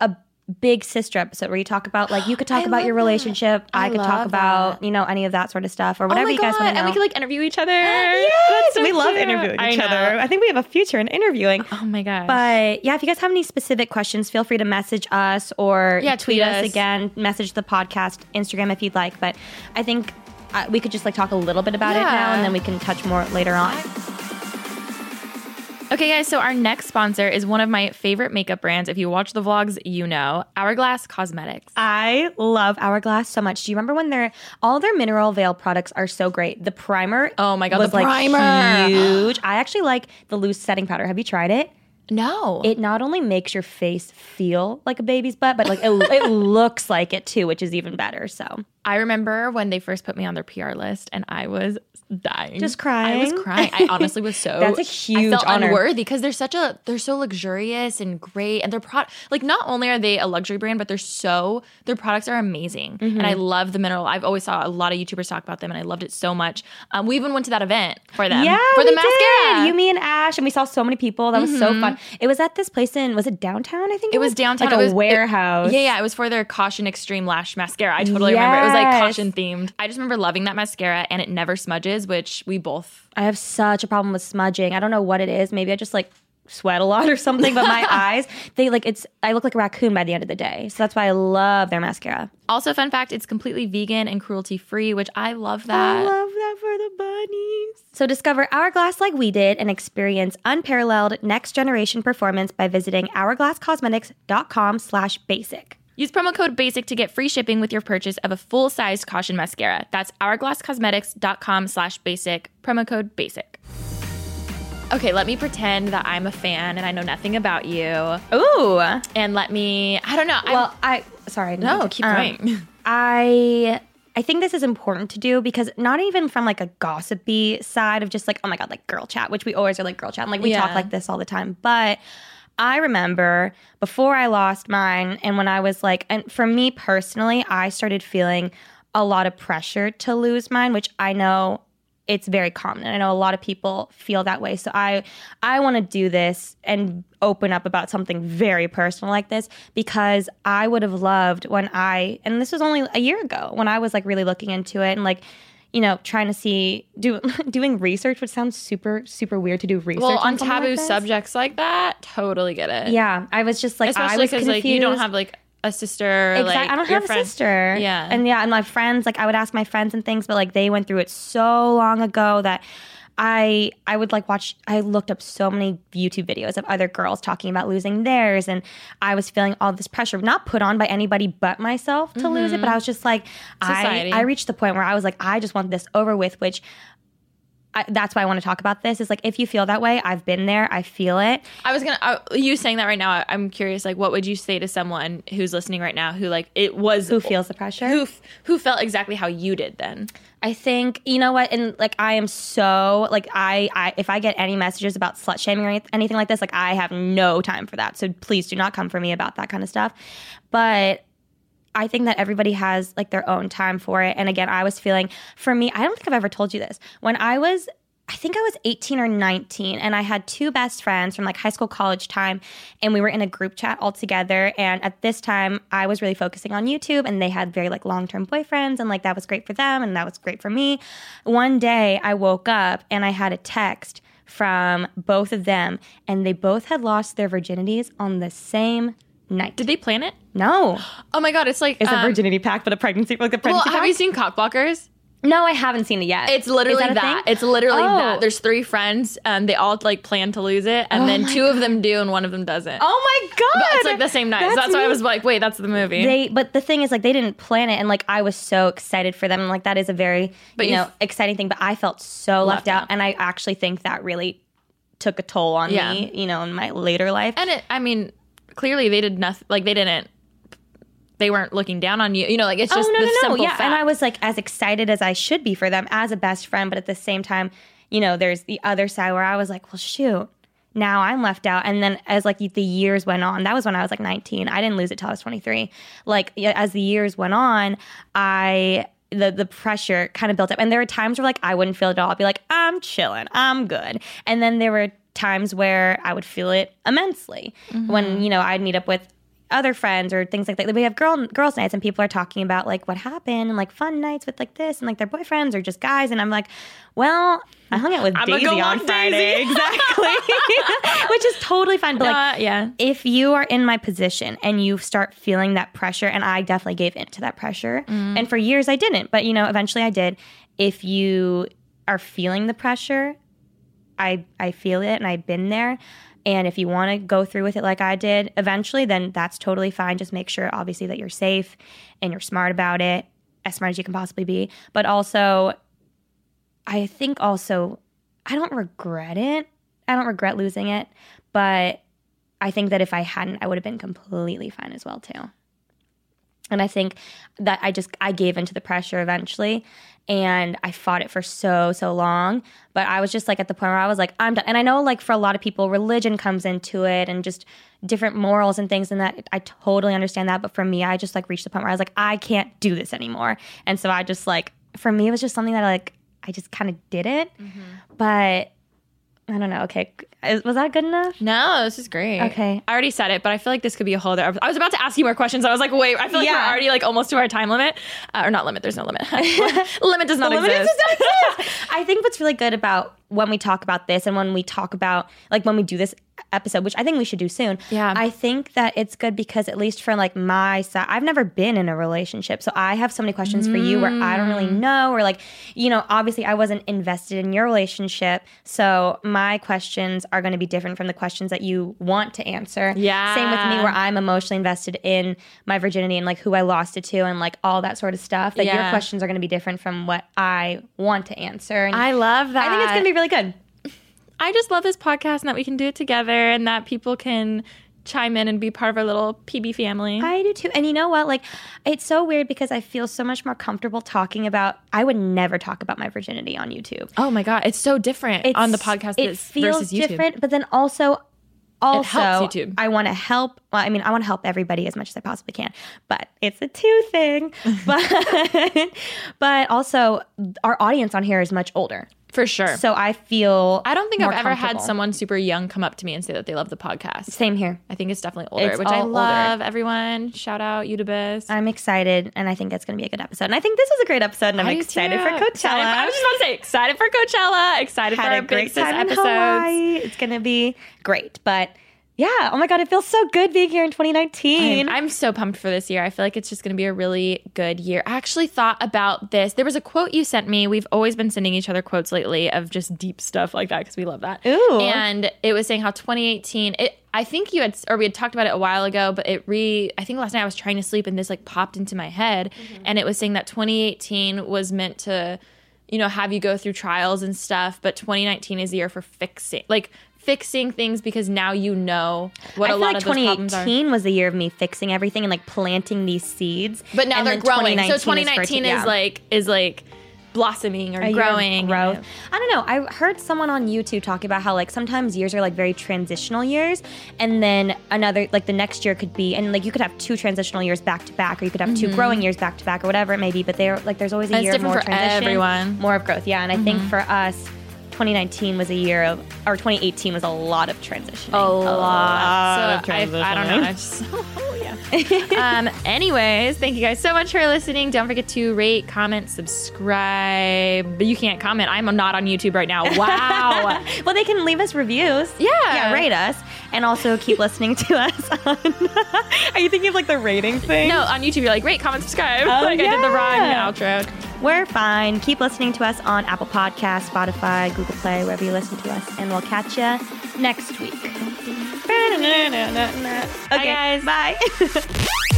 S4: a big sister episode where you talk about like
S3: *gasps*
S4: you could talk about your relationship, I,
S3: I
S4: could talk
S3: love
S4: about you know any of that sort of stuff or
S3: Oh
S4: whatever
S3: my
S4: you guys
S3: God,
S4: want to
S3: and
S4: know.
S3: we could like interview each other.
S4: Uh, yes,
S3: That's so
S4: we love
S3: cute.
S4: interviewing
S3: I
S4: each
S3: know.
S4: other. I think we have a future in interviewing.
S3: Oh my gosh.
S4: But Uh, yeah, if you guys have any specific questions, feel free to message us or
S3: Yeah,
S4: tweet,
S3: tweet
S4: us.
S3: us.
S4: again, message the podcast, Instagram if you'd like. But I think uh, we could just like talk a little bit about it now,
S3: Yeah.
S4: and then we can touch more later on.
S3: Okay, guys, so our next sponsor is one of my favorite makeup brands. If you watch the vlogs, you know Hourglass Cosmetics.
S4: I love Hourglass so much. Do you remember when their all their mineral veil products are so great? The primer,
S3: Oh my God,
S4: was
S3: the
S4: like
S3: primer.
S4: huge. I actually like the loose setting powder. Have you tried it?
S3: No.
S4: It not only makes your face feel like a baby's butt, but like it, it *laughs* looks like it too, which is even better. So
S3: I remember when they first put me on their PR list and I was dying.
S4: Just
S3: I
S4: crying?
S3: was crying. I honestly
S4: *laughs*
S3: was so
S4: That's a
S3: I
S4: huge
S3: felt
S4: honor.
S3: unworthy because they're such a they're so luxurious and great and their product like not only are they a luxury brand but they're so their products are amazing
S4: Mm-hmm.
S3: and I love the mineral. I've always saw a lot of YouTubers talk about them and I loved it so much. Um, we even went to that event for them
S4: yeah,
S3: for the
S4: we
S3: mascara. Mm-hmm.
S4: did. You, me, and Ash, and we saw so many people. That was so fun. It was at this place in was it downtown? I think
S3: It was downtown.
S4: like
S3: It
S4: a
S3: was- it-
S4: warehouse.
S3: Yeah, yeah. It was for their Caution Extreme Lash Mascara. I totally remember. It was like
S4: Yes.
S3: caution themed. I just remember loving that mascara and it never smudges, which we both.
S4: I have such a problem with smudging. I don't know what it is. Maybe I just like sweat a lot or something, but
S3: *laughs*
S4: my eyes, they like it's I look like a raccoon by the end of the day. So that's why I love their mascara.
S3: Also, fun fact it's completely vegan and cruelty free, which I love that.
S4: that for the bunnies. So discover Hourglass like we did and experience unparalleled next generation performance by visiting hourglasscosmetics.com slash basic.
S3: Use promo code BASIC to get free shipping with your purchase of a full sized caution mascara. That's hourglasscosmetics.com slash basic, promo code BASIC. Okay, let me pretend that I'm a fan and I know nothing about you.
S4: Ooh.
S3: And let me, I don't know. I'm-
S4: Well, I sorry. I didn't mean
S3: no,
S4: to-
S3: keep
S4: um,
S3: going. *laughs*
S4: I I think this is important to do because not even from like a gossipy side of just like oh my god like girl chat which we always are like girl chat and like we talk
S3: Yeah.
S4: like this all the time but I remember before I lost mine and when I was like and for me personally I started feeling a lot of pressure to lose mine which I know it's very common and I know a lot of people feel that way so I I want to do this and open up about something very personal like this because I would have loved when I and this was only a year ago when I was like really looking into it and like you know trying to see do *laughs* doing research which sounds super super weird to do research
S3: Well, on
S4: something like
S3: taboo
S4: this.
S3: subjects like that, totally get it.
S4: yeah I was just like I
S3: especially
S4: was
S3: because like
S4: confused
S3: you don't have like a sister.
S4: Exact-
S3: Like,
S4: I don't
S3: your
S4: have
S3: friend-
S4: a sister.
S3: Yeah.
S4: And yeah, and my friends, like I would ask my friends and things, but like they went through it so long ago that I I would like watch I looked up so many YouTube videos of other girls talking about losing theirs and I was feeling all this pressure not put on by anybody but myself to lose it, but I was just like
S3: Mm-hmm. Society.
S4: I I reached the point where I was like I just want this over with, which I, that's why I want to talk about this. Is like if you feel that way, I've been there. I feel it.
S3: I was gonna uh, you saying that right now. I, I'm curious, like, what would you say to someone who's listening right now who like it was
S4: Who feels the pressure?
S3: who f- who felt exactly how you did then?
S4: I think you know what, and like I am so like I, I if I get any messages about slut shaming or anyth- anything like this, like I have no time for that. So please do not come for me about that kind of stuff. But I think that everybody has like their own time for it. And again, I was feeling for me, I don't think I've ever told you this. When I was I think I was 18 or 19, and I had two best friends from like high school, college time, and we were in a group chat all together. And at this time, I was really focusing on YouTube, and they had very like long term boyfriends, and like that was great for them, and that was great for me. One day, I woke up and I had a text from both of them, and they both had lost their virginities on the same night.
S3: Did they plan it?
S4: No,
S3: Oh my god, it's like
S4: it's
S3: um,
S4: a virginity pact, but a pregnancy, like a
S3: Well,
S4: pregnancy
S3: have
S4: pact.
S3: you seen Cockblockers?
S4: no, I haven't seen it yet.
S3: It's literally
S4: Is
S3: that.
S4: a thing?
S3: It's literally
S4: Oh.
S3: that. There's three friends, and they all like plan to lose it, and then two of them do, and one of them doesn't.
S4: Oh my god!
S3: But it's like the same night. so that's why I
S4: me.
S3: was like, wait, that's the movie.
S4: They, but the thing is, like, they didn't plan it, and like I was so excited for them, and like that is a very,
S3: But
S4: you
S3: you
S4: know,
S3: f-
S4: exciting thing. But I felt so
S3: Left
S4: left, out,
S3: out.
S4: and I actually think that really took a toll on
S3: Yeah.
S4: me, you know, in my later life.
S3: and it, I mean, clearly they did nothing. Like they didn't. They weren't looking down on you. You know, like it's just
S4: oh no,
S3: the
S4: no, no,
S3: simple
S4: yeah.
S3: fact.
S4: And I was like as excited as I should be for them as a best friend, but at the same time, you know, there's the other side where I was like, well, shoot. Now I'm left out, and then as like the years went on, that was when I was like 19. I didn't lose it till I was 23. Like yeah, as the years went on, I the the pressure kind of built up, and there were times where like I wouldn't feel it at all. I'd be like, I'm chilling, I'm good, and then there were times where I would feel it immensely
S3: Mm-hmm.
S4: when you know I'd meet up with other friends or things like that. We have girl girls nights and people are talking about like what happened and like fun nights with like this and like their boyfriends or just guys and I'm like, well, I hung out with
S3: I'ma
S4: Daisy
S3: go on
S4: on, Friday
S3: Daisy.
S4: *laughs* exactly, which is totally fine. But like,
S3: Uh, yeah.
S4: if you are in my position and you start feeling that pressure, and I definitely gave in to that pressure, and for years I didn't, but you know eventually I did. If you are feeling the pressure I I feel it and I've been there. And if you want to go through with it like I did eventually, then that's totally fine. Just make sure obviously that you're safe and you're smart about it, as smart as you can possibly be. But also I think also I don't regret it. I don't regret losing it, but I think that if I hadn't, I would have been completely fine as well too. And I think that I just I gave into the pressure eventually and I fought it for so so long, but I was just like at the point where I was like I'm done. And I know like for a lot of people religion comes into it and just different morals and things and that I totally understand that, but for me I just like reached the point where I was like I can't do this anymore. And so I just like for me it was just something that I like I just kind of did it. But I don't know. Okay. Is- Was that good enough?
S3: No, this is great.
S4: Okay.
S3: I already said it, but I feel like this could be a whole other. I was about to ask you more questions. I was like, wait, I feel like
S4: Yeah.
S3: we're already like almost to our time limit, uh, or not limit. There's no limit.
S4: *laughs*
S3: *laughs* limit does not
S4: Limited
S3: exist. *laughs*
S4: edition. I think what's really good about when we talk about this and when we talk about like when we do this episode, which I think we should do soon.
S3: Yeah.
S4: I think that it's good because at least for like my side, I've never been in a relationship, so I have so many questions for you where I don't
S3: Mm.
S4: really know, or like you know, obviously I wasn't invested in your relationship, so my questions are going to be different from the questions that you want to answer.
S3: Yeah.
S4: Same with me, where I'm emotionally invested in my virginity and like who I lost it to and like all that sort of stuff. That your
S3: Yeah.
S4: questions questions are going to be different from what I want to answer. And
S3: I love that.
S4: I think it's going to be really good.
S3: I just love this podcast and that we can do it together and that people can chime in and be part of our little PB family.
S4: I do too. And you know what? Like, it's so weird because I feel so much more comfortable talking about. I would never talk about my virginity on YouTube.
S3: oh my god, it's so different
S4: It's-
S3: on the podcast
S4: it
S3: that's-
S4: feels
S3: versus YouTube.
S4: different, but then also. Also,
S3: helps YouTube.
S4: I want to help. Well, I mean, I want to help everybody as much as I possibly can, but it's a two *laughs* thing. But *laughs* but also, our audience on here is much older,
S3: for sure.
S4: so I feel
S3: I don't think
S4: more
S3: I've ever had
S4: comfortable.
S3: someone super young come up to me and say that they love the podcast.
S4: Same here.
S3: I think it's definitely older,
S4: It's
S3: which I
S4: all older.
S3: love. Everyone, shout out Udibus.
S4: I'm excited, and I think that's going to be a good episode. And I think this was a great episode, and I'm
S3: I do
S4: excited
S3: too.
S4: for Coachella.
S3: Excited for- I was just about to say, excited for Coachella. Excited for
S4: had
S3: our
S4: a great
S3: big sis
S4: time in
S3: episodes.
S4: Hawaii. It's going to be great, but yeah. Oh my god, it feels so good being here in 2019.
S3: I'm, I'm so pumped for this year. I feel like it's just going to be a really good year. I actually thought about this. There was a quote you sent me. We've always been sending each other quotes lately of just deep stuff like that because we love that.
S4: Ooh.
S3: And it was saying how 2018. It, I think you had, or we had talked about it a while ago, but it re. I think last night I was trying to sleep and this like popped into my head,
S4: Mm-hmm.
S3: and it was saying that 2018 was meant to, you know, have you go through trials and stuff, but 2019 is the year for fixing, like fixing things because now you know what a
S4: I feel
S3: lot
S4: like
S3: of those problems are.
S4: 2018 was the year of me fixing everything and like planting these seeds.
S3: but now
S4: And
S3: they're
S4: then
S3: growing. So 2019
S4: 2019
S3: is,
S4: yeah.
S3: like is like blossoming or
S4: a year of
S3: growing.
S4: growth. I don't know. I heard someone on YouTube talk about how like sometimes years are like very transitional years, and then another like the next year could be, and like you could have two transitional years back to back, or you could have two growing years back to back, or whatever it may be. But they're like there's always a
S3: And Mm-hmm. it's
S4: year of
S3: different
S4: more
S3: for
S4: transition,
S3: everyone. Mm-hmm.
S4: more of growth. Yeah, and I think for us. 2019 was a year of, or 2018 was a lot of transitioning.
S3: a lot.
S4: lot
S3: So I, I don't know. I just, *laughs* oh,
S4: *laughs*
S3: yeah. um, anyways, thank you guys so much for listening. Don't forget to rate, comment, subscribe. But You can't comment. I'm not on YouTube right now.
S4: *laughs*
S3: Wow.
S4: Well, they can leave us reviews.
S3: Yeah.
S4: Yeah, rate us. And also keep listening to us. *laughs* On Are you thinking of like the rating thing?
S3: no, on YouTube you're like rate, comment, subscribe.
S4: Oh,
S3: like I did the
S4: yeah.
S3: wrong outro.
S4: We're fine. Keep listening to us on Apple Podcasts, Spotify, Google Play, wherever you listen to us. And we'll catch you next week. Okay,
S3: guys.
S4: Bye. *laughs*